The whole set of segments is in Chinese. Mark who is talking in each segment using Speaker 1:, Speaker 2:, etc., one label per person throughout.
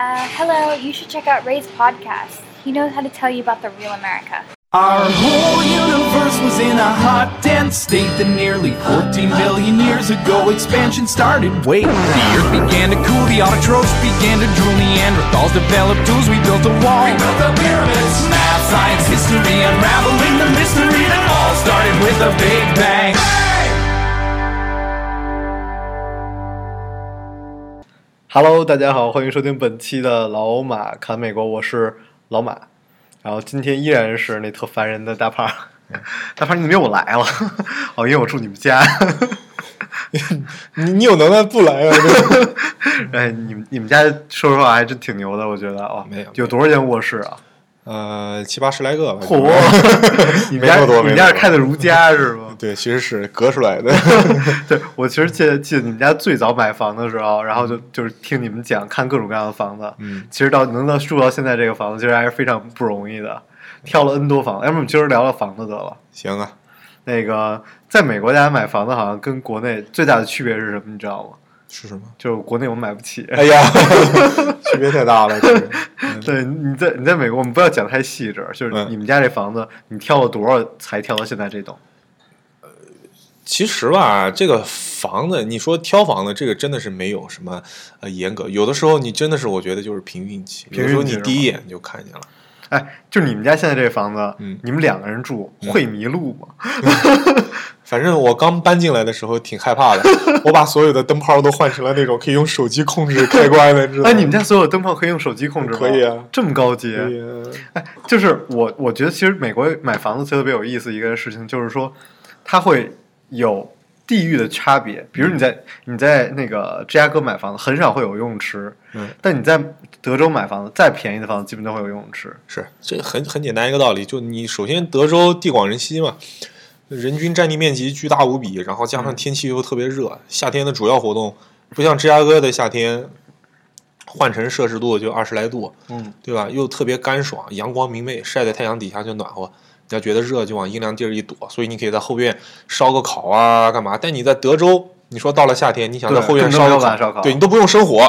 Speaker 1: Uh, hello, you should check out Ray's podcast. He knows how to tell you about the real America.
Speaker 2: Our whole universe was in a hot, dense state that nearly 14 billion years ago expansion started. Wait, the earth began to cool, the autotrophs began to drool, Neanderthals developed tools, we built a wall. We built the pyramids, math, science, history, unraveling the mystery that all started with a big bang.
Speaker 3: Hello，大家好，欢迎收听本期的老马侃美国，我是老马。然后今天依然是那特烦人的大胖儿，嗯大胖儿你怎么又来了？ 哦，因为我住你们 家。
Speaker 4: 你你有能耐不来啊？这
Speaker 3: 哎，你们你们家说实话还真挺牛的，我觉得啊，
Speaker 4: 没有
Speaker 3: 有多少间卧室啊？
Speaker 4: 呃，七八十来个吧。
Speaker 3: 嚯， 你们
Speaker 4: 没
Speaker 3: 家
Speaker 4: 那么多
Speaker 3: 你们
Speaker 4: 没
Speaker 3: 家
Speaker 4: 那么
Speaker 3: 是
Speaker 4: 多
Speaker 3: 开的如家是吗？
Speaker 4: 对，其实是隔出来的。
Speaker 3: 对，我其实记得记得你们家最早买房的时候，然后就就是听你们讲看各种各样的房子，
Speaker 4: 嗯，
Speaker 3: 其实到能到住到现在这个房子，其实还是非常不容易的，挑了 N 多房，哎要不我们今儿聊聊房子得了。
Speaker 4: 行啊，
Speaker 3: 那个在美国，大家买房子好像跟国内最大的区别是什么？你知道吗？
Speaker 4: 是什么？
Speaker 3: 就是国内我们买不起。
Speaker 4: 哎呀， 区别太大了。这个
Speaker 3: 对，你在你在美国，我们不要讲太细致，就是
Speaker 4: 嗯
Speaker 3: 你们家这房子，你挑了多少才挑到现在这栋？
Speaker 4: 其实吧，这个房子，你说挑房子，这个真的是没有什么呃严格。有的时候你真的是，我觉得就是凭运气。有的时候
Speaker 3: 凭运气是
Speaker 4: 你
Speaker 3: 吧
Speaker 4: 第一眼就看见了，
Speaker 3: 哎，就是你们家现在这房子，
Speaker 4: 嗯
Speaker 3: 你们两个人住会迷路吗？
Speaker 4: 反正我刚搬进来的时候挺害 怕的，我把所有的灯泡都换成了那种可以用手机控制开关的，知道吗？
Speaker 3: 哎，你们家所有灯泡可以用手机控制吗？
Speaker 4: 可以啊
Speaker 3: 这么高级。
Speaker 4: 哎呀
Speaker 3: 就是我，我觉得其实美国买房子特别有意思一个事情，就是说它会有地域的差别。比如你在你在那个芝加哥买房子，很少会有游泳池，
Speaker 4: 嗯
Speaker 3: 但你在德州买房子，再便宜的房子基本都会有游泳池。
Speaker 4: 是，这很很简单一个道理，就你首先德州地广人稀嘛，人均占地面积巨大无比，然后加
Speaker 3: 嗯
Speaker 4: 上天气又特别热，夏天的主要活动不像芝加哥的夏天，换成摄氏度就二十来度，
Speaker 3: 嗯，
Speaker 4: 对吧？又特别干爽，阳光明媚，晒在太阳底下就暖和。你要觉得热就往阴凉地儿一躲，所以你可以在后院烧个烤啊，干嘛？但你在德州，你说到了夏天，你想在
Speaker 3: 对
Speaker 4: 后院
Speaker 3: 更
Speaker 4: 烧
Speaker 3: 没有
Speaker 4: 个
Speaker 3: 办
Speaker 4: 烤，
Speaker 3: 法烧烤
Speaker 4: 对你都不用 生火，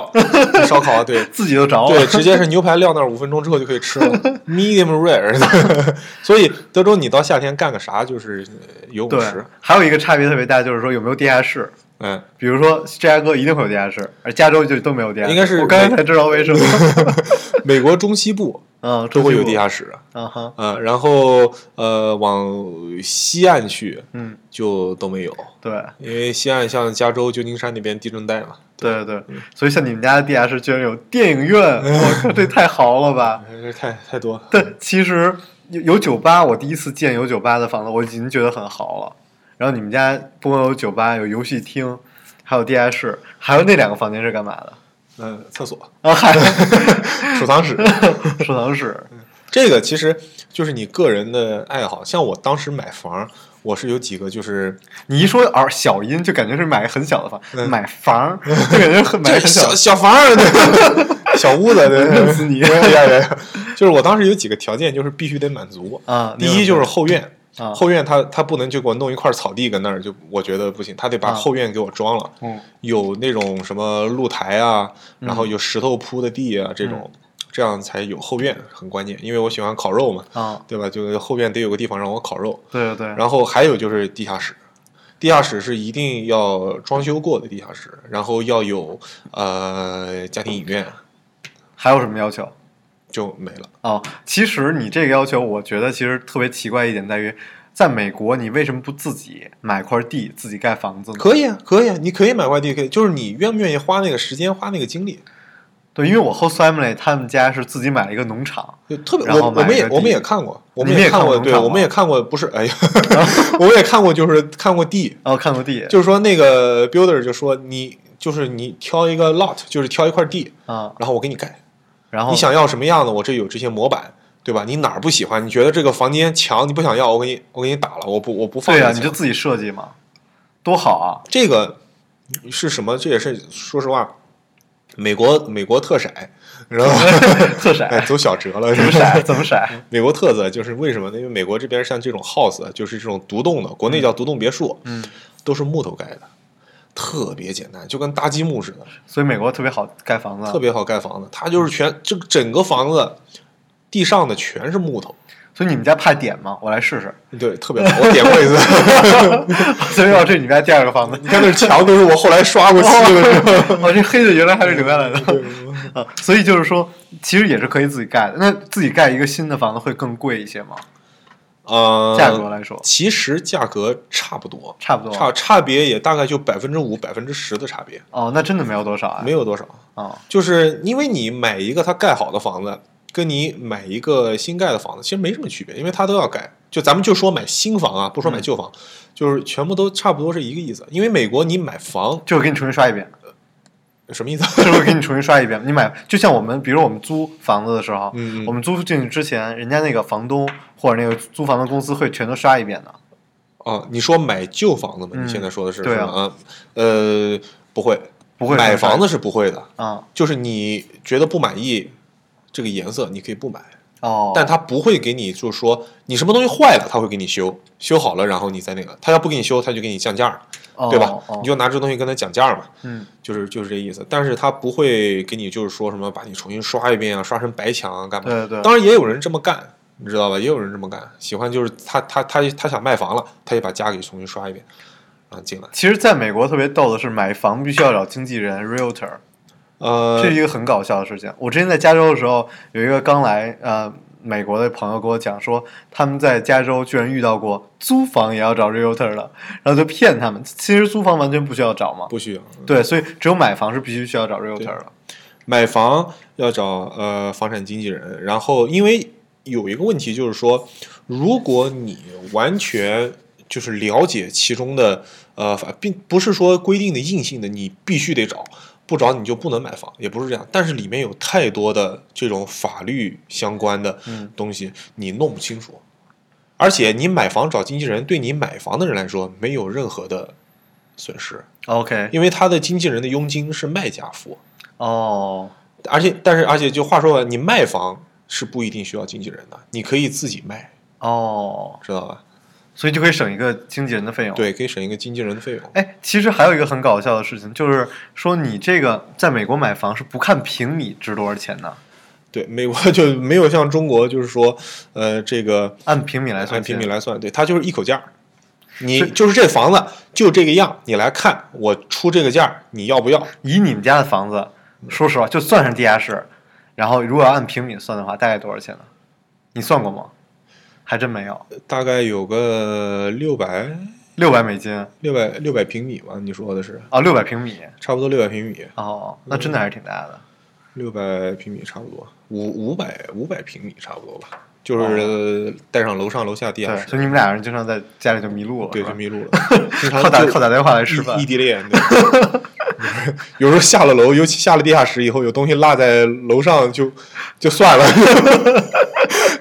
Speaker 4: 烧烤啊对，
Speaker 3: 自己都着了。
Speaker 4: 对，直接是牛排撂那儿五分钟之后就可以吃了，medium rare。所以德州你到夏天干个啥就是呃游泳
Speaker 3: 对
Speaker 4: 池，
Speaker 3: 还有一个差别特别大，就是说有没有地下室。
Speaker 4: 嗯，
Speaker 3: 比如说芝加哥一定会有地下室，而加州就都没有地下室。
Speaker 4: 应该是
Speaker 3: 我刚才才知道为什 么。
Speaker 4: 美国中西部
Speaker 3: 嗯，
Speaker 4: 都会有地
Speaker 3: 室。
Speaker 4: 下室，
Speaker 3: 嗯哼，
Speaker 4: 嗯，然后呃往西岸去
Speaker 3: 嗯，
Speaker 4: 就都没有，
Speaker 3: 对。
Speaker 4: 因为西岸像加州、旧金山那边地震带嘛，
Speaker 3: 对对，所以像你们家的地下室居然有电影 院，我靠，这太豪了吧！
Speaker 4: 呃太太多了。
Speaker 3: 但其实有有酒吧，我第一次见有酒吧的房子，我已经觉得很豪了。然后你们家不光有酒吧，有游戏厅，还有地下室，还有那两个房间是干嘛的？
Speaker 4: 嗯，厕所、
Speaker 3: 啊，还
Speaker 4: 储藏室，
Speaker 3: 收藏室。
Speaker 4: 这个其实就是你个人的爱好。像我当时买房，我是有几个就是
Speaker 3: 你一说耳小音，就感觉是买个很小的房，
Speaker 4: 嗯
Speaker 3: 买房 就感觉很买
Speaker 4: 这
Speaker 3: 个很小
Speaker 4: 小
Speaker 3: 的。
Speaker 4: 小房 儿，对小屋子，对，
Speaker 3: 弄死 你
Speaker 4: 哎呀呀呀就是我当时有几个条件，就是必须得满足
Speaker 3: 啊
Speaker 4: 第一就是后院，
Speaker 3: 啊
Speaker 4: 后院他他不能就给我弄一块草地搁那儿，就我觉得不行，他得把
Speaker 3: 啊
Speaker 4: 后院给我装了，
Speaker 3: 嗯
Speaker 4: 有那种什么露台啊，然后有石头铺的地啊，这
Speaker 3: 嗯
Speaker 4: 种，这样才有后院，很关键，因为我喜欢烤肉嘛，
Speaker 3: 啊，
Speaker 4: 对吧？就是后院得有个地方让我烤肉，
Speaker 3: 对对对，
Speaker 4: 然后还有就是地下室，地下室是一定要装修过的地下室，然后要有呃家庭影院
Speaker 3: 还有什么要求？
Speaker 4: 就没了。
Speaker 3: 哦，其实你这个要求，我觉得其实特别奇怪一点在于，在美国你为什么不自己买块地自己盖房子呢？
Speaker 4: 可以啊，可以啊，你可以买块地，可以，就是你愿不愿意花那个时间，花那个精力，
Speaker 3: 对，因为我 host family 他们家是自己买了一个农场，
Speaker 4: 就特别。
Speaker 3: 然后
Speaker 4: 我我
Speaker 3: 买
Speaker 4: 们也
Speaker 3: 个地
Speaker 4: 我们也看过，我
Speaker 3: 你们也
Speaker 4: 也看
Speaker 3: 看过
Speaker 4: 对，
Speaker 3: 农场
Speaker 4: 我们
Speaker 3: 吗
Speaker 4: 也看过，不是 哎呀，我们也看过，就是看过地，
Speaker 3: 然哦后看过地，
Speaker 4: 就是说那个 builder 就说你就是你挑一个 lot，就是挑一块地，
Speaker 3: 啊，
Speaker 4: 然后我给你盖。
Speaker 3: 然后
Speaker 4: 你想要什么样的，我这有这些模板，对吧？你哪儿不喜欢？你觉得这个房间墙你不想要，我给你我给你打了，我不我不放
Speaker 3: 对
Speaker 4: 这
Speaker 3: 呀、
Speaker 4: 个
Speaker 3: 你
Speaker 4: 墙。
Speaker 3: 就自己设计嘛，多好啊！
Speaker 4: 这个是什么？这也是说实话，美国美国特色，
Speaker 3: 哎
Speaker 4: 然后
Speaker 3: 特色
Speaker 4: 哎走小折 了，
Speaker 3: 怎么
Speaker 4: 是吧
Speaker 3: 色怎么色，
Speaker 4: 美国特色就是为什么呢？因为美国这边像这种 house，啊就是这种独栋的，国内叫独栋别墅，
Speaker 3: 嗯，
Speaker 4: 都是木头盖的。特别简单，就跟搭积木似的，
Speaker 3: 所以美国特别好盖房子，啊
Speaker 4: 特，别好盖房子。它就是全这整个房子地上的全是木头，
Speaker 3: 所以你们家怕点吗？我来试试，
Speaker 4: 对，特别好。我点过 一次，
Speaker 3: 所以要这是你们家第二个房子，
Speaker 4: 你看那墙都是我后来刷过漆的，是 吧？
Speaker 3: 哦，这黑的原来还是留下来的
Speaker 4: 对
Speaker 3: 啊，所以就是说，其实也是可以自己盖的。那自己盖一个新的房子会更贵一些吗？
Speaker 4: 呃，
Speaker 3: 价格来说
Speaker 4: 其实价格差不多，
Speaker 3: 差不多
Speaker 4: 差差别也大概就百分之五、百分之十的差别，
Speaker 3: 哦，那真的没有多少啊，
Speaker 4: 没有多少。
Speaker 3: 啊，
Speaker 4: 就是因为你买一个它盖好的房子，跟你买一个新盖的房子其实没什么区别，因为它都要盖。就咱们就说买新房啊，不说买旧
Speaker 3: 嗯
Speaker 4: 房，就是全部都差不多是一个意思。因为美国你买房
Speaker 3: 就是给你重新刷一遍，
Speaker 4: 什么意思？
Speaker 3: 就是会给你重新刷一遍。你买，就像我们，比如我们租房子的时候，
Speaker 4: 嗯嗯
Speaker 3: 我们租进去之前，人家那个房东或者那个租房的公司会全都刷一遍的。
Speaker 4: 啊，你说买旧房子吗？
Speaker 3: 嗯
Speaker 4: 你现在说的是
Speaker 3: 对
Speaker 4: 是
Speaker 3: 啊
Speaker 4: 吗？啊，呃，不会，
Speaker 3: 不会
Speaker 4: 买
Speaker 3: 是吧
Speaker 4: 房子是不会的，
Speaker 3: 啊，
Speaker 4: 就是你觉得不满意这个颜色，你可以不买，
Speaker 3: 哦，
Speaker 4: 但他不会给你就是说你什么东西坏了，他会给你修，修好了然后你再那个，他要不给你修，他就给你降价，
Speaker 3: 哦
Speaker 4: 对吧？
Speaker 3: 哦
Speaker 4: 你就拿这东西跟他讲价嘛，
Speaker 3: 嗯，
Speaker 4: 就是就是这意思。但是他不会给你就是说什么把你重新刷一遍啊，刷成白墙啊，干嘛？
Speaker 3: 对对
Speaker 4: 当然也有人这么干，你知道吧？也有人这么干，喜欢就是他他他他想卖房了，他也把家给重新刷一遍，然后进来。
Speaker 3: 其实，在美国特别逗的是，买房必须要找经纪人 （realtor），
Speaker 4: 呃，
Speaker 3: 这是一个很搞笑的事情。我之前在加州的时候，有一个刚来呃美国的朋友跟我讲说，他们在加州居然遇到过租房也要找 realtor 的，然后就骗他们。其实租房完全不需要找嘛，
Speaker 4: 不需要。
Speaker 3: 对，所以只有买房是必须需要找 realtor
Speaker 4: 对
Speaker 3: 的。
Speaker 4: 买房要找呃房产经纪人，然后因为有一个问题就是说，如果你完全就是了解其中的呃，法并不是说规定的硬性的，你必须得找，不找你就不能买房，也不是这样。但是里面有太多的这种法律相关的
Speaker 3: 嗯
Speaker 4: 东西，你弄不清楚。而且你买房找经纪人，对你买房的人来说没有任何的损失，
Speaker 3: OK，
Speaker 4: 因为他的经纪人的佣金是卖家付。
Speaker 3: 哦，
Speaker 4: 而且，但是，而且，就话说回来，你卖房是不一定需要经纪人的，你可以自己卖，
Speaker 3: 哦，
Speaker 4: 知道吧？
Speaker 3: 所以就可以省一个经纪人的费用。，
Speaker 4: 对，可以省一个经纪人的费用。
Speaker 3: 哎，其实还有一个很搞笑的事情，就是说你这个在美国买房是不看平米值多少钱的，
Speaker 4: 对，美国 就没有像中国，就是说，呃，这个
Speaker 3: 按平米来算
Speaker 4: 按
Speaker 3: 钱，
Speaker 4: 平米来算，对，它就是一口价儿。你
Speaker 3: 是
Speaker 4: 就是这房子就这个样，你来看，我出这个价儿，你要不要？
Speaker 3: 以你们家的房子，说实话，就算上地下室，然后如果要按平米算的话，大概多少钱呢？你算过吗？还真没有，
Speaker 4: 大概有个六百
Speaker 3: 六百美金啊，
Speaker 4: 六百六百平米吧？你说的是，
Speaker 3: 六百平米
Speaker 4: 差不多六百平米，
Speaker 3: 哦，那真的还是挺大
Speaker 4: 嗯
Speaker 3: 的。
Speaker 4: 六百平米差不多，五五百五百平米差不多吧，就是带上楼上楼下地下
Speaker 3: 哦对，
Speaker 4: 室，
Speaker 3: 所以你们俩人经常在家里就迷路了，
Speaker 4: 对，
Speaker 3: 是
Speaker 4: 就
Speaker 3: 吧
Speaker 4: 迷 路了，经常
Speaker 3: 靠打
Speaker 4: 就
Speaker 3: 靠打电话来吃饭
Speaker 4: 异异地恋。对 有时候下了楼，尤其下了地下室以后，有东西落在楼上就就算了，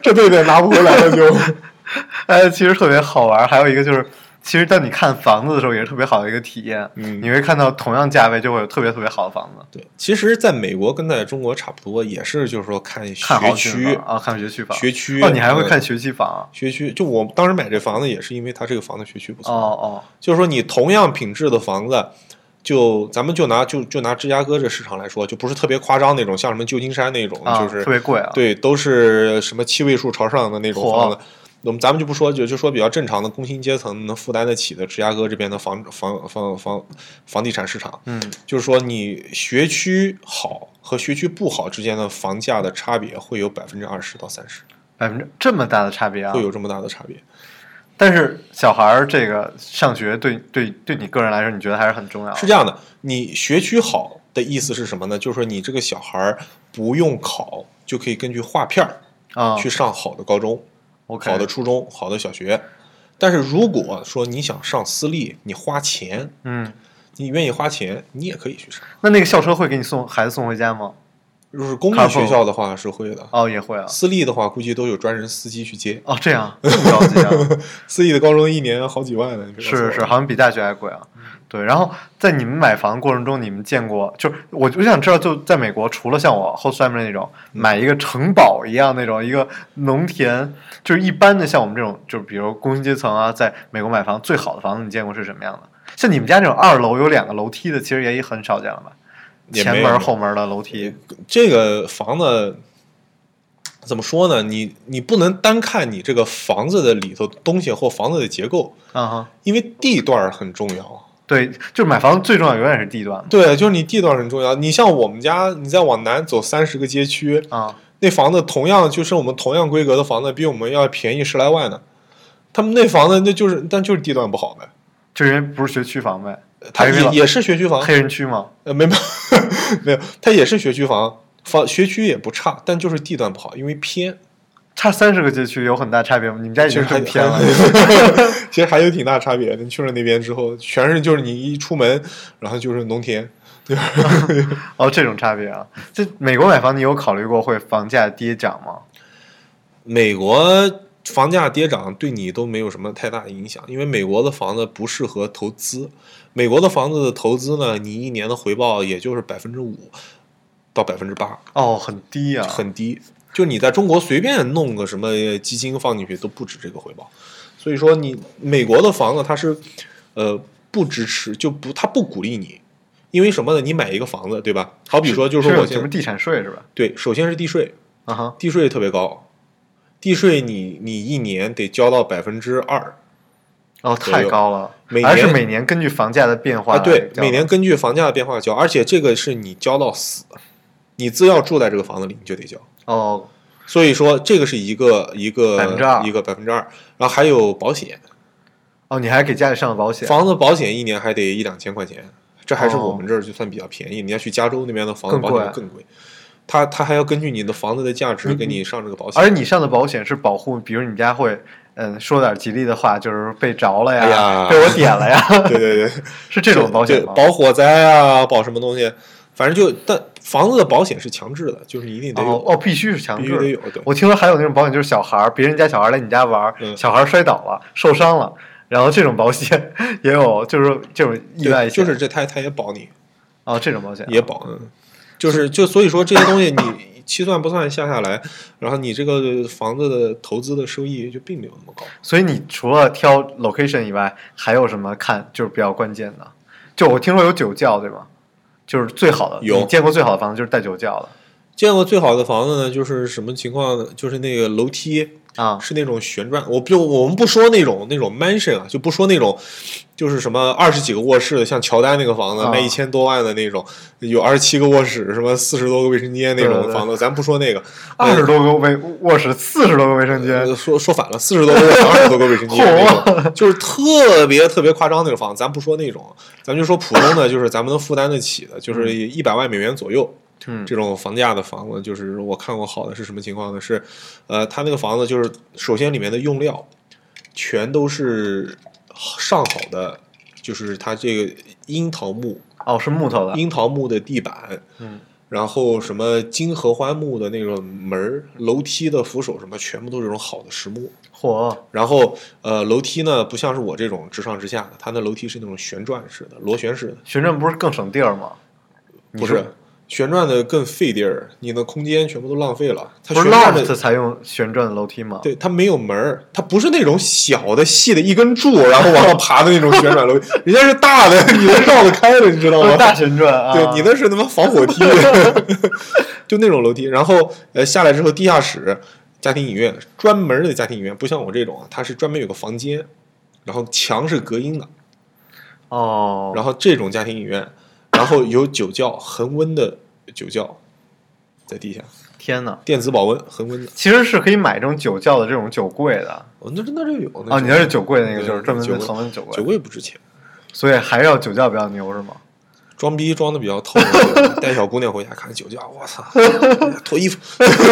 Speaker 4: 这辈子也拿不回来了就。
Speaker 3: 哎，其实特别好玩儿。还有一个就是，其实当你看房子的时候，也是特别好的一个体验。
Speaker 4: 嗯
Speaker 3: 你会看到同样价位就会有特别特别好的房子，
Speaker 4: 对，其实在美国跟在中国差不多，也是就是说看
Speaker 3: 看
Speaker 4: 学
Speaker 3: 好区
Speaker 4: 区
Speaker 3: 啊，看学区房，
Speaker 4: 学区
Speaker 3: 哦，你还会
Speaker 4: 呃
Speaker 3: 看学区房啊？
Speaker 4: 学区。就我当时买这房子也是因为它这个房子学区不
Speaker 3: 哦
Speaker 4: 错，
Speaker 3: 哦，
Speaker 4: 就是说你同样品质的房子。就咱们就拿就就拿芝加哥这市场来说，就不是特别夸张那种，像什么旧金山那种，
Speaker 3: 啊，
Speaker 4: 就是
Speaker 3: 特别贵啊。，
Speaker 4: 对，都是什么七位数朝上的那种
Speaker 3: 嚯
Speaker 4: 房子。我们咱们就不说，就就说比较正常的工薪阶层能负担得起的芝加哥这边的房房房房房地产市场，
Speaker 3: 嗯，
Speaker 4: 就是说你学区好和学区不好之间的房价的差别会有百分之二十到三十，
Speaker 3: 百分之这么大的差别啊
Speaker 4: 会！有这么大的差别。
Speaker 3: 但是小孩儿这个上学对对对你个人来说，你觉得还是很重要的。
Speaker 4: 是这样的，你学区好的意思是什么呢？就是说你这个小孩儿不用考就可以根据划片儿
Speaker 3: 啊，
Speaker 4: 去上好的高中。
Speaker 3: OK
Speaker 4: 好的初中、好的小学。但是如果说你想上私立，你花钱，
Speaker 3: 嗯，
Speaker 4: 你愿意花钱，你也可以去上。
Speaker 3: 那那个校车会给你送孩子送回家吗？
Speaker 4: 如果是公立
Speaker 3: Carpool
Speaker 4: 学校的话是会的，
Speaker 3: 哦，也会啊。
Speaker 4: 私立的话估计都有专人司机去接。
Speaker 3: 哦，这样这么着急啊？
Speaker 4: 私立的高中一年好几万呢，你别告诉
Speaker 3: 是
Speaker 4: 我
Speaker 3: 是，好像比大学还贵
Speaker 4: 嗯
Speaker 3: 啊。对，然后在你们买房过程中，你们见过就是我就想知道，就在美国，除了像我 host family 那种
Speaker 4: 嗯
Speaker 3: 买一个城堡一样那种一个农田，就是一般的像我们这种，就是比如工薪阶层啊，在美国买房最好的房子，你见过是什么样的？像你们家这种二楼有两个楼梯的，其实也很少见了吧？
Speaker 4: 也没
Speaker 3: 前
Speaker 4: 有
Speaker 3: 门后门的楼梯，
Speaker 4: 这个房子怎么说呢？你你不能单看你这个房子的里头东西或房子的结构，
Speaker 3: 嗯哼，
Speaker 4: 因为地段儿很重要。
Speaker 3: 对，就是买房最重要永远是地段嘛
Speaker 4: 对，就是你地段很重要。你像我们家，你再往南走三十个街区，
Speaker 3: 啊，
Speaker 4: 那房子同样就是我们同样规格的房子，比我们要便宜十来万呢。他们那房子那就是，但就是地段不好呗。
Speaker 3: 这人不是学区房呗？
Speaker 4: 它
Speaker 3: 还是
Speaker 4: 也也是学区房，
Speaker 3: 黑人区吗？
Speaker 4: 呃，没有没有，它也是学区房，房学区也不差，但就是地段不好，因为偏，
Speaker 3: 差三十个街区有很大差别吗？你们家已
Speaker 4: 其实
Speaker 3: 经
Speaker 4: 还
Speaker 3: 很偏了，
Speaker 4: 其实还有挺大差别的。你去了那边之后，全是就是你一出门，然后就是农田，
Speaker 3: 哦，这种差别啊。这美国买房，你有考虑过会房价跌涨吗？
Speaker 4: 美国房价跌涨对你都没有什么太大的影响，因为美国的房子不适合投资。美国的房子的投资呢，你一年的回报也就是百分之五到百分之八，
Speaker 3: 哦，很低啊，
Speaker 4: 很低。就你在中国随便弄个什么基金放进去都不止这个回报，所以说你美国的房子它是，呃，不支持就不它不鼓励你，因为什么呢？你买一个房子对吧？好比说就是
Speaker 3: 是
Speaker 4: 说我
Speaker 3: 有
Speaker 4: 现
Speaker 3: 什么
Speaker 4: 在
Speaker 3: 地产税是吧？
Speaker 4: 对，首先是地税，
Speaker 3: 啊哈，
Speaker 4: 地税特别高，地税你你一年得交到百分之二
Speaker 3: 哦，太高了
Speaker 4: 每，
Speaker 3: 而是
Speaker 4: 年
Speaker 3: 每年根据房价的变化
Speaker 4: 啊，对
Speaker 3: 来，交
Speaker 4: 每年根据房价的变化交，而且这个是你交到死，你只要住在这个房子里你就得交，
Speaker 3: 哦，
Speaker 4: 所以说这个是一个一个
Speaker 3: 2%
Speaker 4: 一个百分之二，然后还有保险，
Speaker 3: 哦，你还给家里上了保险，
Speaker 4: 房子保险一年还得一两千块钱，这还是我们这儿就算比较便宜，你要去加州那边的房子
Speaker 3: 更
Speaker 4: 保
Speaker 3: 贵
Speaker 4: 险哦更贵，他他还要根据你的房子的价值
Speaker 3: 嗯
Speaker 4: 给你上这个保险，
Speaker 3: 而你上的保险是保护，比如你们家会，嗯，说点吉利的话，就是被着了呀，
Speaker 4: 哎呀
Speaker 3: 被我点了 呀，
Speaker 4: 对对对。
Speaker 3: 是这种保险
Speaker 4: 对
Speaker 3: 吗？
Speaker 4: 保火灾啊，保什么东西，反正就但房子的保险是强制的，就是你一定得
Speaker 3: 哦
Speaker 4: 有，
Speaker 3: 哦，必须是强
Speaker 4: 必
Speaker 3: 制
Speaker 4: 须
Speaker 3: 的
Speaker 4: 得有。对，
Speaker 3: 我听说还有那种保险，就是小孩儿，别人家小孩儿来你家玩儿，
Speaker 4: 嗯
Speaker 3: 小孩儿摔倒了、受伤了，然后这种保险也有，就是说这种意
Speaker 4: 对
Speaker 3: 外
Speaker 4: 就
Speaker 3: 险，
Speaker 4: 是这他他也保你，
Speaker 3: 哦，这种保险
Speaker 4: 也保，嗯，就是就所以说这些东西你七算不算下下来，然后你这个房子的投资的收益就并没有那么高。
Speaker 3: 所以你除了挑 location 以外，还有什么看就是比较关键的？就我听说有酒窖，对吗？就是最好的，
Speaker 4: 有
Speaker 3: 你见过最好的房子就是带酒窖的
Speaker 4: 见过最好的房子呢，就是什么情况呢？就是那个楼梯
Speaker 3: 啊
Speaker 4: 是那种旋转，我就我们不说那种那种 mansion 啊，就不说那种，就是什么二十几个卧室的，像乔丹那个房子、
Speaker 3: 啊
Speaker 4: 卖一千多万的那种，有二十七个卧室，什么四十多个卫生间那
Speaker 3: 对对
Speaker 4: 种
Speaker 3: 对
Speaker 4: 房子，咱不说那个，
Speaker 3: 二十多个卫卧室，四十多个卫生间
Speaker 4: 呃，说说反了，四十多个卧室，二十多个卫生间那
Speaker 3: 啊
Speaker 4: 种，就是特别特别夸张那个房子，咱不说那种，咱就说普通的，就是咱们能负担得起的，就是一百万美元左右。
Speaker 3: 嗯
Speaker 4: 这种房价的房子，就是我看过好的是什么情况呢？是，呃，它那个房子就是首先里面的用料全都是上好的，就是它这个樱桃木、
Speaker 3: 哦，是木头的，
Speaker 4: 樱桃木的地板，
Speaker 3: 嗯，
Speaker 4: 然后什么金合欢木的那个门儿、楼梯的扶手什么，全部都是这种好的实木。
Speaker 3: 嚯，
Speaker 4: 然后，呃，楼梯呢，不像是我这种直上直下的，它那楼梯是那种旋转式的、螺旋式的，
Speaker 3: 旋转不是更省地儿吗？你
Speaker 4: 不是旋转的更费地儿，你的空间全部都浪费了。它
Speaker 3: 不
Speaker 4: 旋
Speaker 3: 是
Speaker 4: 转
Speaker 3: loft
Speaker 4: 的，
Speaker 3: 才用旋转的楼梯吗？
Speaker 4: 对，它没有门儿，它不是那种小的细的一根柱，然后往上爬的那种旋转楼梯，人家是大的，你能绕得开的，你知道
Speaker 3: 哦，
Speaker 4: 吗？
Speaker 3: 大旋转啊！
Speaker 4: 对，你那是他妈防火梯， 就那种楼梯。然后呃，下来之后地下室、家庭影院，专门的家庭影院，不像我这种啊，它是专门有个房间，然后墙是隔音的，
Speaker 3: 哦，
Speaker 4: 然后这种家庭影院，然后有酒窖，恒温的酒窖，在地下，
Speaker 3: 天哪，
Speaker 4: 电子保温，恒温的。
Speaker 3: 其实是可以买这种酒窖的这种酒柜的
Speaker 4: 哦，那那就有那
Speaker 3: 啊，
Speaker 4: 就
Speaker 3: 你那是酒柜那个，
Speaker 4: 对
Speaker 3: 就是专门
Speaker 4: 酒
Speaker 3: 的
Speaker 4: 柜
Speaker 3: 恒温酒
Speaker 4: 酒
Speaker 3: 柜，
Speaker 4: 柜不值钱，
Speaker 3: 所以还是要酒窖比较牛是 吗？
Speaker 4: 装逼装的比较透，带小姑娘回家看酒窖，我操，脱衣服，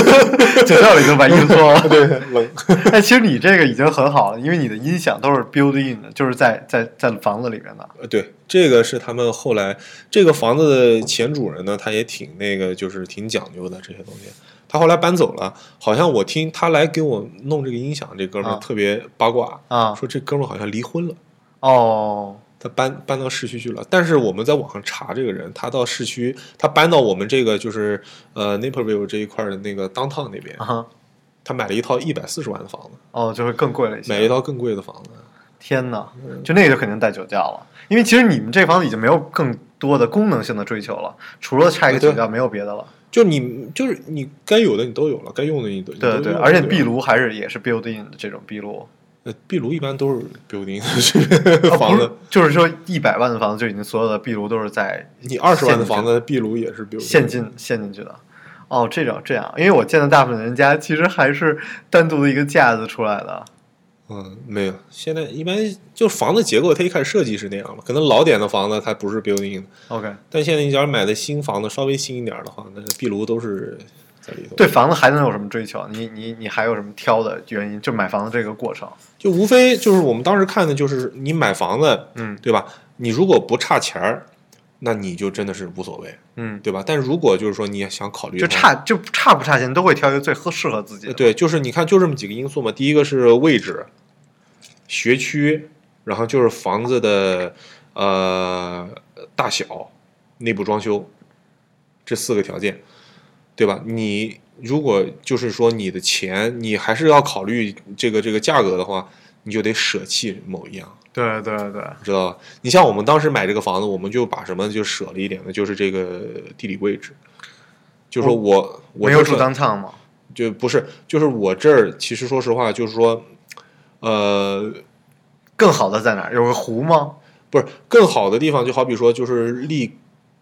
Speaker 3: 酒窖里就把衣服脱了，
Speaker 4: 对，冷。
Speaker 3: 哎，其实你这个已经很好了，因为你的音响都是 built in 的，就是在在在房子里面的。
Speaker 4: 呃，对，这个是他们后来这个房子的前主人呢，他也挺那个，就是挺讲究的这些东西。他后来搬走了，好像我听他来给我弄这个音响，这哥们儿
Speaker 3: 啊
Speaker 4: 特别八卦
Speaker 3: 啊
Speaker 4: 说这哥们儿好像离婚了，
Speaker 3: 哦，
Speaker 4: 他搬搬到市区去了。但是我们在网上查这个人，他到市区，他搬到我们这个就是呃 Naperville 这一块儿的那个 downtown 那边
Speaker 3: 啊，哈，
Speaker 4: 他买了一套一百四十万的房子，
Speaker 3: 哦，就会更贵了一些。
Speaker 4: 买了一套更贵的房子。
Speaker 3: 天呐，就那个就肯定带酒窖了，因为其实你们这房子已经没有更多的功能性的追求了，除了差一个酒窖没有别的了。
Speaker 4: 就你就是你该有的你都有了，该用的你都
Speaker 3: 对
Speaker 4: 你都
Speaker 3: 对，
Speaker 4: 用了
Speaker 3: 而且
Speaker 4: 吧
Speaker 3: 壁炉还是也是 build in 的这种壁炉，
Speaker 4: 呃壁炉一般都是 building 就是
Speaker 3: 啊
Speaker 4: 房
Speaker 3: 不
Speaker 4: 子
Speaker 3: 是，就是说一百万的房子就已经所有的壁炉都是在
Speaker 4: 你二十万的
Speaker 3: 现金
Speaker 4: 房子壁炉也是 building
Speaker 3: 陷进陷进去的。哦，这种这样，因为我见到大部分人家其实还是单独的一个架子出来的。
Speaker 4: 嗯，没有。现在一般就房子结构，它一开始设计是那样了。可能老点的房子它不是 building 的，
Speaker 3: OK，
Speaker 4: 但现在你只要买的新房子稍微新一点的话，那个壁炉都是在里头。
Speaker 3: 对，房子还能有什么追求？你你你还有什么挑的原因？就买房子这个过程。
Speaker 4: 就无非就是我们当时看的就是你买房子，
Speaker 3: 嗯
Speaker 4: 对吧？你如果不差钱儿，那你就真的是无所谓，
Speaker 3: 嗯，
Speaker 4: 对吧？但如果就是说你也想考虑
Speaker 3: 就差
Speaker 4: 它
Speaker 3: 就差不差钱都会挑一个最合适合自己的。，
Speaker 4: 对，就是你看，就这么几个因素嘛。第一个是位置、学区，然后就是房子的呃大小、内部装修，这四个条件，对吧？你如果就是说你的钱，你还是要考虑这个这个价格的话，你就得舍弃某一样，
Speaker 3: 对对对，
Speaker 4: 知道吧？你像我们当时买这个房子，我们就把什么就舍了一点的，就是这个地理位置，就是说我、我
Speaker 3: 哦没有
Speaker 4: 就
Speaker 3: 住
Speaker 4: 是
Speaker 3: 当趟嘛。
Speaker 4: 就不是，就是我这儿其实说实话，就是说，呃，
Speaker 3: 更好的在哪儿？有个湖吗？
Speaker 4: 不是更好的地方，就好比说就是离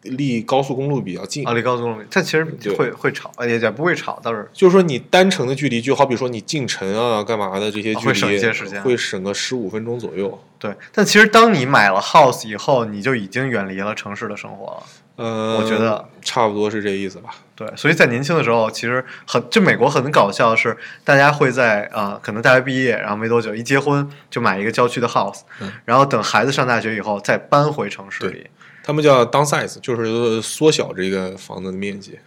Speaker 4: 离高速公路比较近，
Speaker 3: 啊，离高速公路，但其实
Speaker 4: 对
Speaker 3: 会会吵，呃也也不会吵，倒是
Speaker 4: 就是说你单程的距离，就好比说你进城啊、干嘛的这些
Speaker 3: 啊
Speaker 4: 距离，
Speaker 3: 会省一些时间
Speaker 4: 会省个十五分钟左右。
Speaker 3: 对。但其实当你买了 house 以后，你就已经远离了城市的生活了。
Speaker 4: 呃，
Speaker 3: 我觉得
Speaker 4: 差不多是这意思吧。
Speaker 3: 对，所以在年轻的时候，其实很就美国很搞笑的是，大家会在呃，可能大学毕业，然后没多久一结婚就买一个郊区的 house，、
Speaker 4: 嗯
Speaker 3: 然后等孩子上大学以后再搬回城市里。
Speaker 4: 他们叫 downsize，就是缩小这个房子的面积。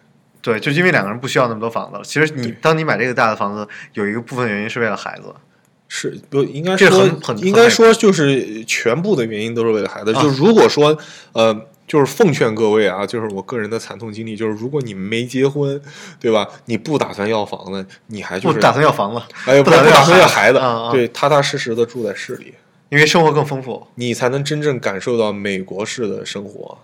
Speaker 3: 对，就因为两个人不需要那么多房子了。其实你
Speaker 4: 对
Speaker 3: 当你买这个大的房子，有一个部分原因是为了孩子。
Speaker 4: 是不应该
Speaker 3: 这
Speaker 4: 说
Speaker 3: 很很
Speaker 4: 应
Speaker 3: 很那
Speaker 4: 该
Speaker 3: 个
Speaker 4: 说就是全部的原因都是为了孩子。
Speaker 3: 啊
Speaker 4: 就如果说呃，就是奉劝各位啊，就是我个人的惨痛经历，就是如果你没结婚，对吧？你不打算要房子，你还就是
Speaker 3: 不打算要房子，
Speaker 4: 哎呀
Speaker 3: 不
Speaker 4: 不
Speaker 3: 打算
Speaker 4: 打
Speaker 3: 要
Speaker 4: 算要
Speaker 3: 孩
Speaker 4: 孩
Speaker 3: 子
Speaker 4: 子，
Speaker 3: 啊啊
Speaker 4: 对，踏踏实实的住在市里，
Speaker 3: 因为生活更丰富。
Speaker 4: 你才能真正感受到美国式的生活。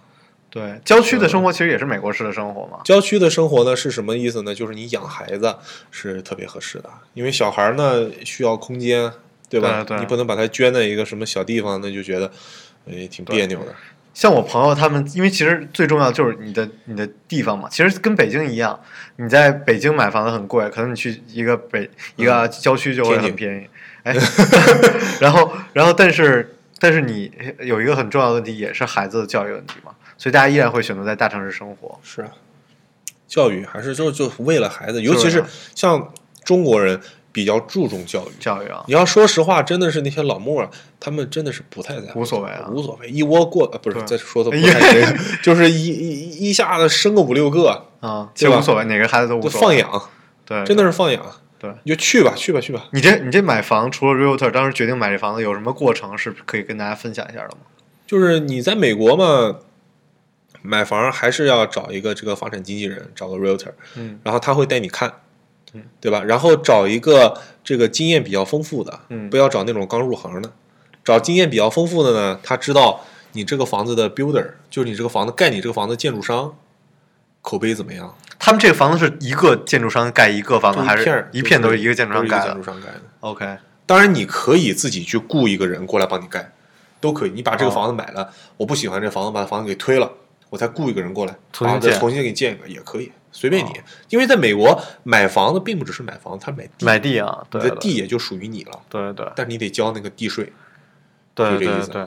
Speaker 3: 对，郊区的生活其实也是美国式的生活嘛。
Speaker 4: 郊区的生活呢是什么意思呢？就是你养孩子是特别合适的，因为小孩儿呢需要空间，对吧？
Speaker 3: 对对
Speaker 4: 你不能把他圈在一个什么小地方，那就觉得哎挺别扭的。
Speaker 3: 像我朋友他们，因为其实最重要就是你的你的地方嘛，其实跟北京一样，你在北京买房子很贵，可能你去一个北一个郊区就会很
Speaker 4: 嗯天津
Speaker 3: 便宜，哎， 然后然后但是但是你有一个很重要的问题，也是孩子的教育问题嘛，所以大家依然会选择在大城市生活。
Speaker 4: 是啊，教育还是就就为了孩子，尤
Speaker 3: 是
Speaker 4: 其是
Speaker 3: 啊
Speaker 4: 像中国人比较注重教育。
Speaker 3: 教育啊，
Speaker 4: 你要说实话，真的是那些老墨儿，他们真的是不太在乎，
Speaker 3: 无所谓啊
Speaker 4: 无所谓，一窝过，呃、不是
Speaker 3: 对
Speaker 4: 再说的不太 对，就是一一一下子生个五六个，
Speaker 3: 啊，其
Speaker 4: 对
Speaker 3: 实
Speaker 4: 吧
Speaker 3: 无所谓，哪个孩子都无
Speaker 4: 就
Speaker 3: 所
Speaker 4: 放
Speaker 3: 谓，
Speaker 4: 养，
Speaker 3: 对，
Speaker 4: 真的是放养，
Speaker 3: 对
Speaker 4: 你就去吧，去吧，去吧，
Speaker 3: 你这你这买房除了 realtor 当时决定买这房子有什么过程是可以跟大家分享一下的吗？
Speaker 4: 就是你在美国嘛，买房还是要找一个这个房产经纪人，找个 realtor，
Speaker 3: 嗯，
Speaker 4: 然后他会带你看
Speaker 3: 嗯，
Speaker 4: 对吧？然后找一个这个经验比较丰富的，
Speaker 3: 嗯
Speaker 4: 不要找那种刚入行的，找经验比较丰富的呢，他知道你这个房子的 builder，就是你这个房子盖你这个房子建筑商口碑怎么样，
Speaker 3: 他们这个房子是一个建筑商盖一个房子，
Speaker 4: 就
Speaker 3: 还
Speaker 4: 片
Speaker 3: 是
Speaker 4: 儿
Speaker 3: 一片都是一个建筑商
Speaker 4: 都是一
Speaker 3: 盖
Speaker 4: 个建
Speaker 3: 的
Speaker 4: 筑商盖的。
Speaker 3: ？OK，
Speaker 4: 当然，你可以自己去雇一个人过来帮你盖，都可以。你把这个房子买了，我不喜欢这房子，把房子给推了，我再雇一个人过来，
Speaker 3: 重新
Speaker 4: 把再
Speaker 3: 建
Speaker 4: 重新给你建一个也可以，随便你
Speaker 3: 哦。
Speaker 4: 因为在美国买房子并不只是买房，他买地，
Speaker 3: 买地啊，
Speaker 4: 你
Speaker 3: 对
Speaker 4: 的地，也嗯就属于你了，
Speaker 3: 对对
Speaker 4: 但是你得交那个地税。
Speaker 3: 对
Speaker 4: 就这
Speaker 3: 对
Speaker 4: 意
Speaker 3: 对
Speaker 4: 思
Speaker 3: 对，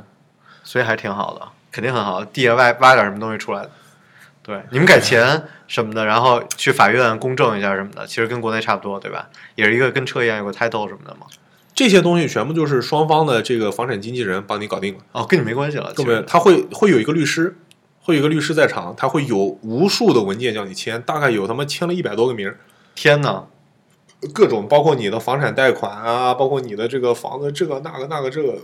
Speaker 3: 所以还挺好的，肯定很好。地下挖挖点什么东西出来 的，对，你们给钱什么的，然后去法院公证一下什么的，其实跟国内差不多，对吧？也是一个跟车一样有个 title 什么的嘛。
Speaker 4: 这些东西全部就是双方的这个房产经纪人帮你搞定了，
Speaker 3: 哦，跟你没关系了，
Speaker 4: 对
Speaker 3: 其
Speaker 4: 不对？
Speaker 3: 实
Speaker 4: 他会会有一个律师，会有一个律师在场，他会有无数的文件叫你签，大概有他妈签了一百多个名儿，
Speaker 3: 天哪，
Speaker 4: 各种包括你的房产贷款啊，包括你的这个房子这个那个那个这个，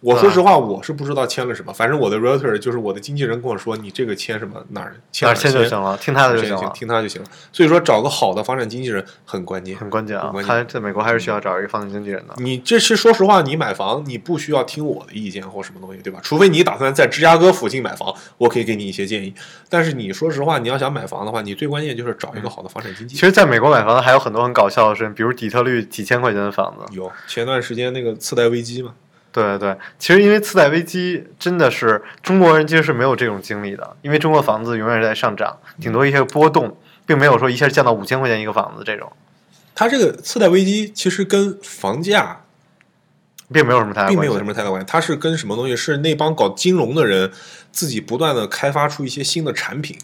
Speaker 4: 我说
Speaker 3: 啊
Speaker 4: 实话，我是不知道签了什么，反正我的 realtor 就是我的经纪人跟我说，你这个签什么哪儿签
Speaker 3: 哪
Speaker 4: 哪
Speaker 3: 儿签就行
Speaker 4: 了，
Speaker 3: 了，听他的就
Speaker 4: 签
Speaker 3: 行了，
Speaker 4: 听他就行了。所以说，找个好的房产经纪人很关键。
Speaker 3: 很关键啊
Speaker 4: 很。关键嗯
Speaker 3: 他在美国还是需要找一个房产经纪人的。
Speaker 4: 你这是说实话，你买房你不需要听我的意见或什么东西，对吧？除非你打算在芝加哥附近买房，我可以给你一些建议。但是你说实话，你要想买房的话，你最关键就是找一个好的房产经纪
Speaker 3: 嗯其
Speaker 4: 人。
Speaker 3: 实，在美国买房还有很多很搞笑的事情，比如底特律几千块钱的房子。
Speaker 4: 有前段时间那个次贷危机嘛，
Speaker 3: 对对对，其实因为次贷危机真的是中国人其实是没有这种经历的，因为中国房子永远是在上涨，
Speaker 4: 嗯
Speaker 3: 顶多一些波动，并没有说一下降到五千块钱一个房子这种，
Speaker 4: 它这个次贷危机其实跟房价
Speaker 3: 并没有什么太大关系。
Speaker 4: 并没有什么太大关系，它是跟什么东西？是那帮搞金融的人自己不断的开发出一些新的产品，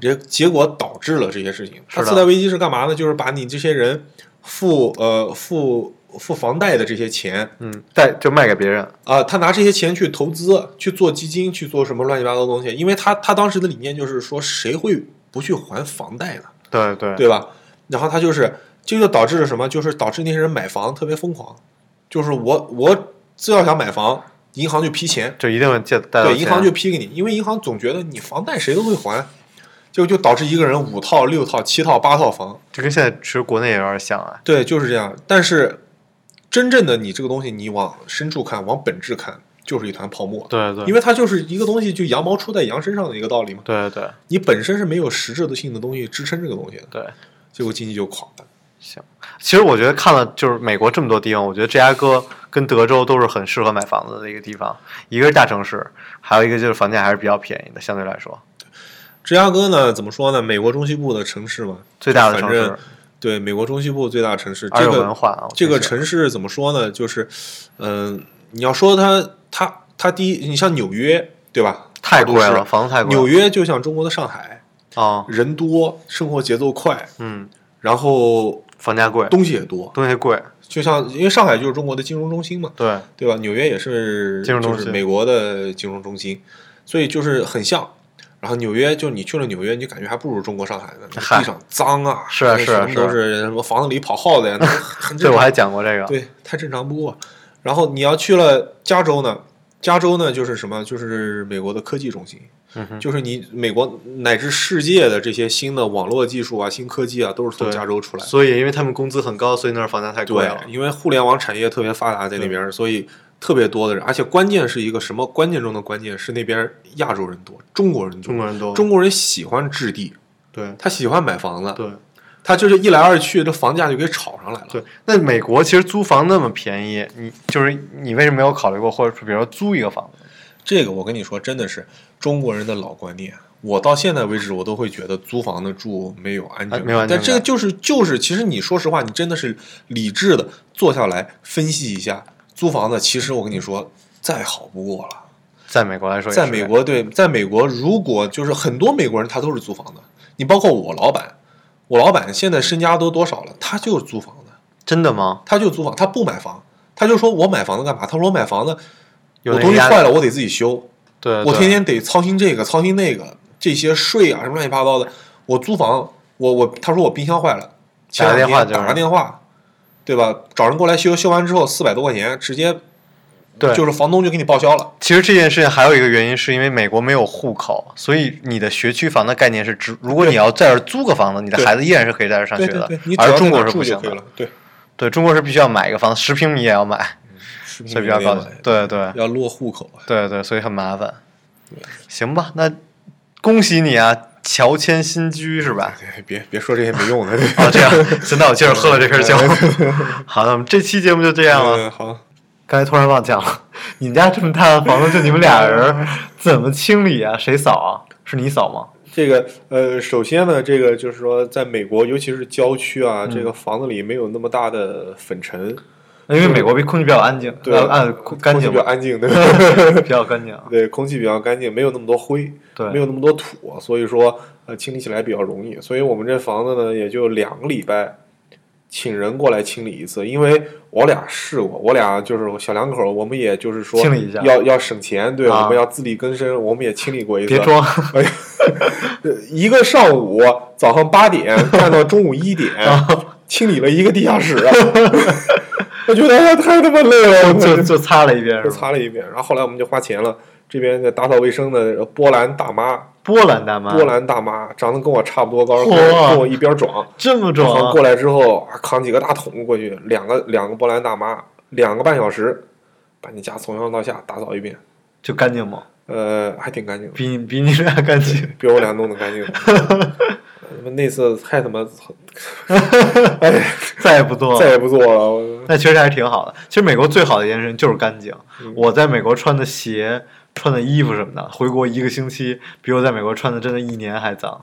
Speaker 4: 结结果导致了这些事情。
Speaker 3: 嗯是
Speaker 4: 它
Speaker 3: 的
Speaker 4: 次贷危机是干嘛呢？就是把你这些人付呃付付房贷的这些钱
Speaker 3: 嗯，贷就卖给别人，
Speaker 4: 啊、他拿这些钱去投资，去做基金，去做什么乱七八糟的东西。因为他他当时的理念就是说，谁会不去还房贷呢？
Speaker 3: 对 对
Speaker 4: 对吧？然后他就是这就导致了什么？就是导致那些人买房特别疯狂，就是我我只要想买房，银行就批钱，
Speaker 3: 就一定会借贷到
Speaker 4: 对，银行
Speaker 3: 钱
Speaker 4: 就批给你，因为银行总觉得你房贷谁都会还，就就导致一个人五套、六套、七套、八套房，
Speaker 3: 就跟现在其实国内也有点像啊。
Speaker 4: 对，就是这样。但是真正的你这个东西，你往深处看，往本质看，就是一团泡沫。
Speaker 3: 对对，为
Speaker 4: 因为它就是一个东西，就羊毛出在羊身上的一个道理嘛。
Speaker 3: 对对对
Speaker 4: 你本身是没有实质的性的东西支撑这个东西的，
Speaker 3: 对。
Speaker 4: 结果经济就垮了。
Speaker 3: 其实我觉得看了就是美国这么多地方，我觉得芝加哥跟德州都是很适合买房子的一个地方，一个是大城市，还有一个就是房价还是比较便宜的，相对来说
Speaker 4: 芝加哥呢，怎么说呢？美国中西部的城市嘛，
Speaker 3: 最大的城
Speaker 4: 反
Speaker 3: 市
Speaker 4: 正，对，美国中西部最大的城市。
Speaker 3: 而
Speaker 4: 这
Speaker 3: 有
Speaker 4: 个
Speaker 3: 文化啊。我
Speaker 4: 这
Speaker 3: 觉
Speaker 4: 个
Speaker 3: 得
Speaker 4: 城市怎么说呢？就是，嗯、你要说它，它，它第一，你像纽约，对吧？
Speaker 3: 太贵
Speaker 4: 大都
Speaker 3: 了，
Speaker 4: 市。
Speaker 3: 房子太贵了。
Speaker 4: 纽约就像中国的上海，
Speaker 3: 啊，
Speaker 4: 人多，生活节奏快，
Speaker 3: 嗯，
Speaker 4: 然后
Speaker 3: 房价贵，
Speaker 4: 东西也多。
Speaker 3: 东西贵，
Speaker 4: 就像因为上海就是中国的金融中心嘛，
Speaker 3: 对
Speaker 4: 对吧？纽约也是
Speaker 3: 金融中心
Speaker 4: 就是美国的金融中心，所以就是很像。然后纽约，就你去了纽约，你就感觉还不如中国上海呢，
Speaker 3: 嗨
Speaker 4: 地上脏啊，
Speaker 3: 是啊是啊
Speaker 4: 什么都是什么房子里跑耗子呀，那 很
Speaker 3: 对，
Speaker 4: 正
Speaker 3: 我
Speaker 4: 常
Speaker 3: 还，讲过这个，
Speaker 4: 对，太正常不过。然后你要去了加州呢，加州呢就是什么，就是美国的科技中心，
Speaker 3: 嗯哼，
Speaker 4: 就是你美国乃至世界的这些新的网络技术啊、新科技啊，都是从
Speaker 3: 对
Speaker 4: 加州出来的。
Speaker 3: 所以因为他们工资很高，所以那儿房价太贵
Speaker 4: 对
Speaker 3: 了，。
Speaker 4: 因为互联网产业特别发达在那边儿，所以特别多的人，而且关键是一个什么关键中的关键是那边儿亚洲人多，中国人多，
Speaker 3: 中国人多，
Speaker 4: 中国人喜欢置地，
Speaker 3: 对
Speaker 4: 他喜欢买房子，
Speaker 3: 对
Speaker 4: 他就是一来二去，这房价就给炒上来了。
Speaker 3: 对。那美国其实租房那么便宜，你就是你为什么没有考虑过，或者说比如说租一个房子？
Speaker 4: 这个我跟你说，真的是中国人的老观念。我到现在为止，我都会觉得租房子住没有安全感。
Speaker 3: 啊没有安全感
Speaker 4: 但这个就是就是，其实你说实话，你真的是理智的坐下来分析一下租房子。其实我跟你说，再好不过了。
Speaker 3: 在美国来说也是，
Speaker 4: 在美国，对，在美国，如果就是很多美国人他都是租房的，你包括我老板，我老板现在身家都多少了，他就是租房的，
Speaker 3: 真的吗？
Speaker 4: 他就租房，他不买房，他就说我买房子干嘛？他说我买房子，
Speaker 3: 有
Speaker 4: 我
Speaker 3: 那
Speaker 4: 东
Speaker 3: 个
Speaker 4: 西
Speaker 3: 压
Speaker 4: 坏
Speaker 3: 力
Speaker 4: 了，我得自己修，
Speaker 3: 对，
Speaker 4: 我
Speaker 3: 对
Speaker 4: 天天得操心这个，操心那个，这些税啊什么乱七八糟的。我租房，我我他说我冰箱坏了，前两
Speaker 3: 打个电话
Speaker 4: 天
Speaker 3: 就是
Speaker 4: 打个电话，对吧？找人过来修，修完之后四百多块钱，直接
Speaker 3: 对，
Speaker 4: 就是房东就给你报销了。
Speaker 3: 其实这件事情还有一个原因，是因为美国没有户口，所以你的学区房的概念是只，如果你要在这儿租个房子，你的
Speaker 4: 对
Speaker 3: 孩子依然是可以在这儿上
Speaker 4: 对
Speaker 3: 学
Speaker 4: 对
Speaker 3: 的
Speaker 4: 对，你，只要
Speaker 3: 而
Speaker 4: 在
Speaker 3: 中国
Speaker 4: 那
Speaker 3: 是
Speaker 4: 住
Speaker 3: 不
Speaker 4: 就
Speaker 3: 行
Speaker 4: 可以
Speaker 3: 的
Speaker 4: 了。。对，
Speaker 3: 对，中国是必须要买一个房子，十平米也要买，
Speaker 4: 视频
Speaker 3: 所以比较高
Speaker 4: 也得
Speaker 3: 级
Speaker 4: 买。
Speaker 3: 对对
Speaker 4: 要落户口啊。
Speaker 3: 对对，所以很麻烦。行吧，那恭喜你啊，乔迁新居是 吧？
Speaker 4: 哎别别说这些没用的。对
Speaker 3: 哦，这样，行，那我接着喝了这瓶酒。 好的，我们这期节目就这样了。
Speaker 4: 嗯，好，
Speaker 3: 刚才突然忘讲了， 你们家这么大的房子，就你们俩人儿，怎么清理啊？谁扫啊？是你扫吗？
Speaker 4: 这个呃，首先呢，这个就是说，在美国，尤其是郊区啊，
Speaker 3: 嗯
Speaker 4: 这个房子里没有那么大的粉尘，
Speaker 3: 因为美国比空气比较安静，
Speaker 4: 对
Speaker 3: 呃按干净
Speaker 4: 空气比较
Speaker 3: 吧，
Speaker 4: 安静，对吧？
Speaker 3: 比较干 净。
Speaker 4: 对，空气比较干净，没有那么多灰，
Speaker 3: 对
Speaker 4: 没有那么多土，所以说呃清理起来比较容易。所以我们这房子呢，也就两个礼拜，请人过来清理一次。因为我俩试过，我俩就是小两口儿，我们也就是说
Speaker 3: 清理一下
Speaker 4: 要要省钱，对，
Speaker 3: 啊
Speaker 4: 我们要自力更生，我们也清理过一次。
Speaker 3: 别 装，
Speaker 4: 哎呀，一个上午哎 早上八点干到中午一点，清理了一个地下室啊。啊 我觉得哎呀太他妈累了，我
Speaker 3: 就就擦了一遍，
Speaker 4: 就是
Speaker 3: 吧
Speaker 4: 擦了一遍。然后后来我们就花钱了，这边的打扫卫生的波兰大妈，
Speaker 3: 波兰大妈，
Speaker 4: 波兰大妈长得跟我差不多高，
Speaker 3: 嚯
Speaker 4: 跟我跟我一边壮。
Speaker 3: 这么
Speaker 4: 然后
Speaker 3: 壮
Speaker 4: 过来之后，啊扛几个大桶过去，两个两个波兰大妈，两个半小时，把你家从上到下打扫一遍，
Speaker 3: 就干净吗？
Speaker 4: 呃，还挺干净的，
Speaker 3: 比你比你俩干 净，
Speaker 4: 比我俩弄得干净。那次太他妈，
Speaker 3: 再也不做
Speaker 4: 哎再
Speaker 3: 了。
Speaker 4: 也不做了。我
Speaker 3: 那其实还挺好的。其实美国最好的一件事情就是干净。
Speaker 4: 嗯
Speaker 3: 我在美国穿的鞋、穿的衣服什么的，回国一个星期，比我在美国穿的真的一年还脏。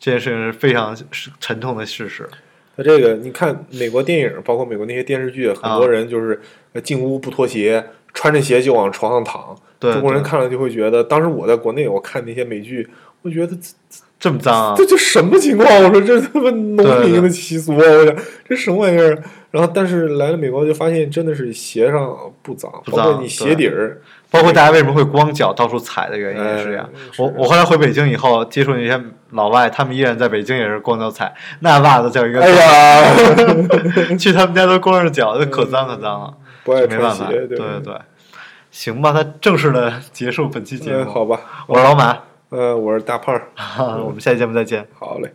Speaker 3: 这件事情是非常是沉痛的事实。
Speaker 4: 那这个你看美国电影，包括美国那些电视剧，很
Speaker 3: 啊
Speaker 4: 多人就是呃进屋不脱鞋，穿着鞋就往床上躺。
Speaker 3: 对
Speaker 4: 中国人
Speaker 3: 对
Speaker 4: 看了就会觉得，当时我在国内我看那些美剧，我觉得这
Speaker 3: 这么脏啊
Speaker 4: 这！就什么情况？我说这他妈农民的习俗啊！我想这什么玩意儿？然后但是来了美国就发现真的是鞋上不脏，
Speaker 3: 不
Speaker 4: 包括
Speaker 3: 脏
Speaker 4: 你鞋底儿，
Speaker 3: 包括大家为什么会光脚到处踩的原因也是这样。
Speaker 4: 嗯是
Speaker 3: 我我后来回北京以后，接触那些老外，他们依然在北京也是光脚踩，那袜子叫一个。
Speaker 4: 哎呀，
Speaker 3: 去他们家都光着脚，那可脏可脏了，
Speaker 4: 不爱
Speaker 3: 没
Speaker 4: 嗯穿
Speaker 3: 办法。
Speaker 4: 鞋，
Speaker 3: 对
Speaker 4: 吧？
Speaker 3: 对，行吧，那正式的结束本期节
Speaker 4: 嗯，
Speaker 3: 目。
Speaker 4: 好吧，呃
Speaker 3: 我是老马，
Speaker 4: 嗯，我是大胖儿，
Speaker 3: 我们下期节目再见。
Speaker 4: 好嘞。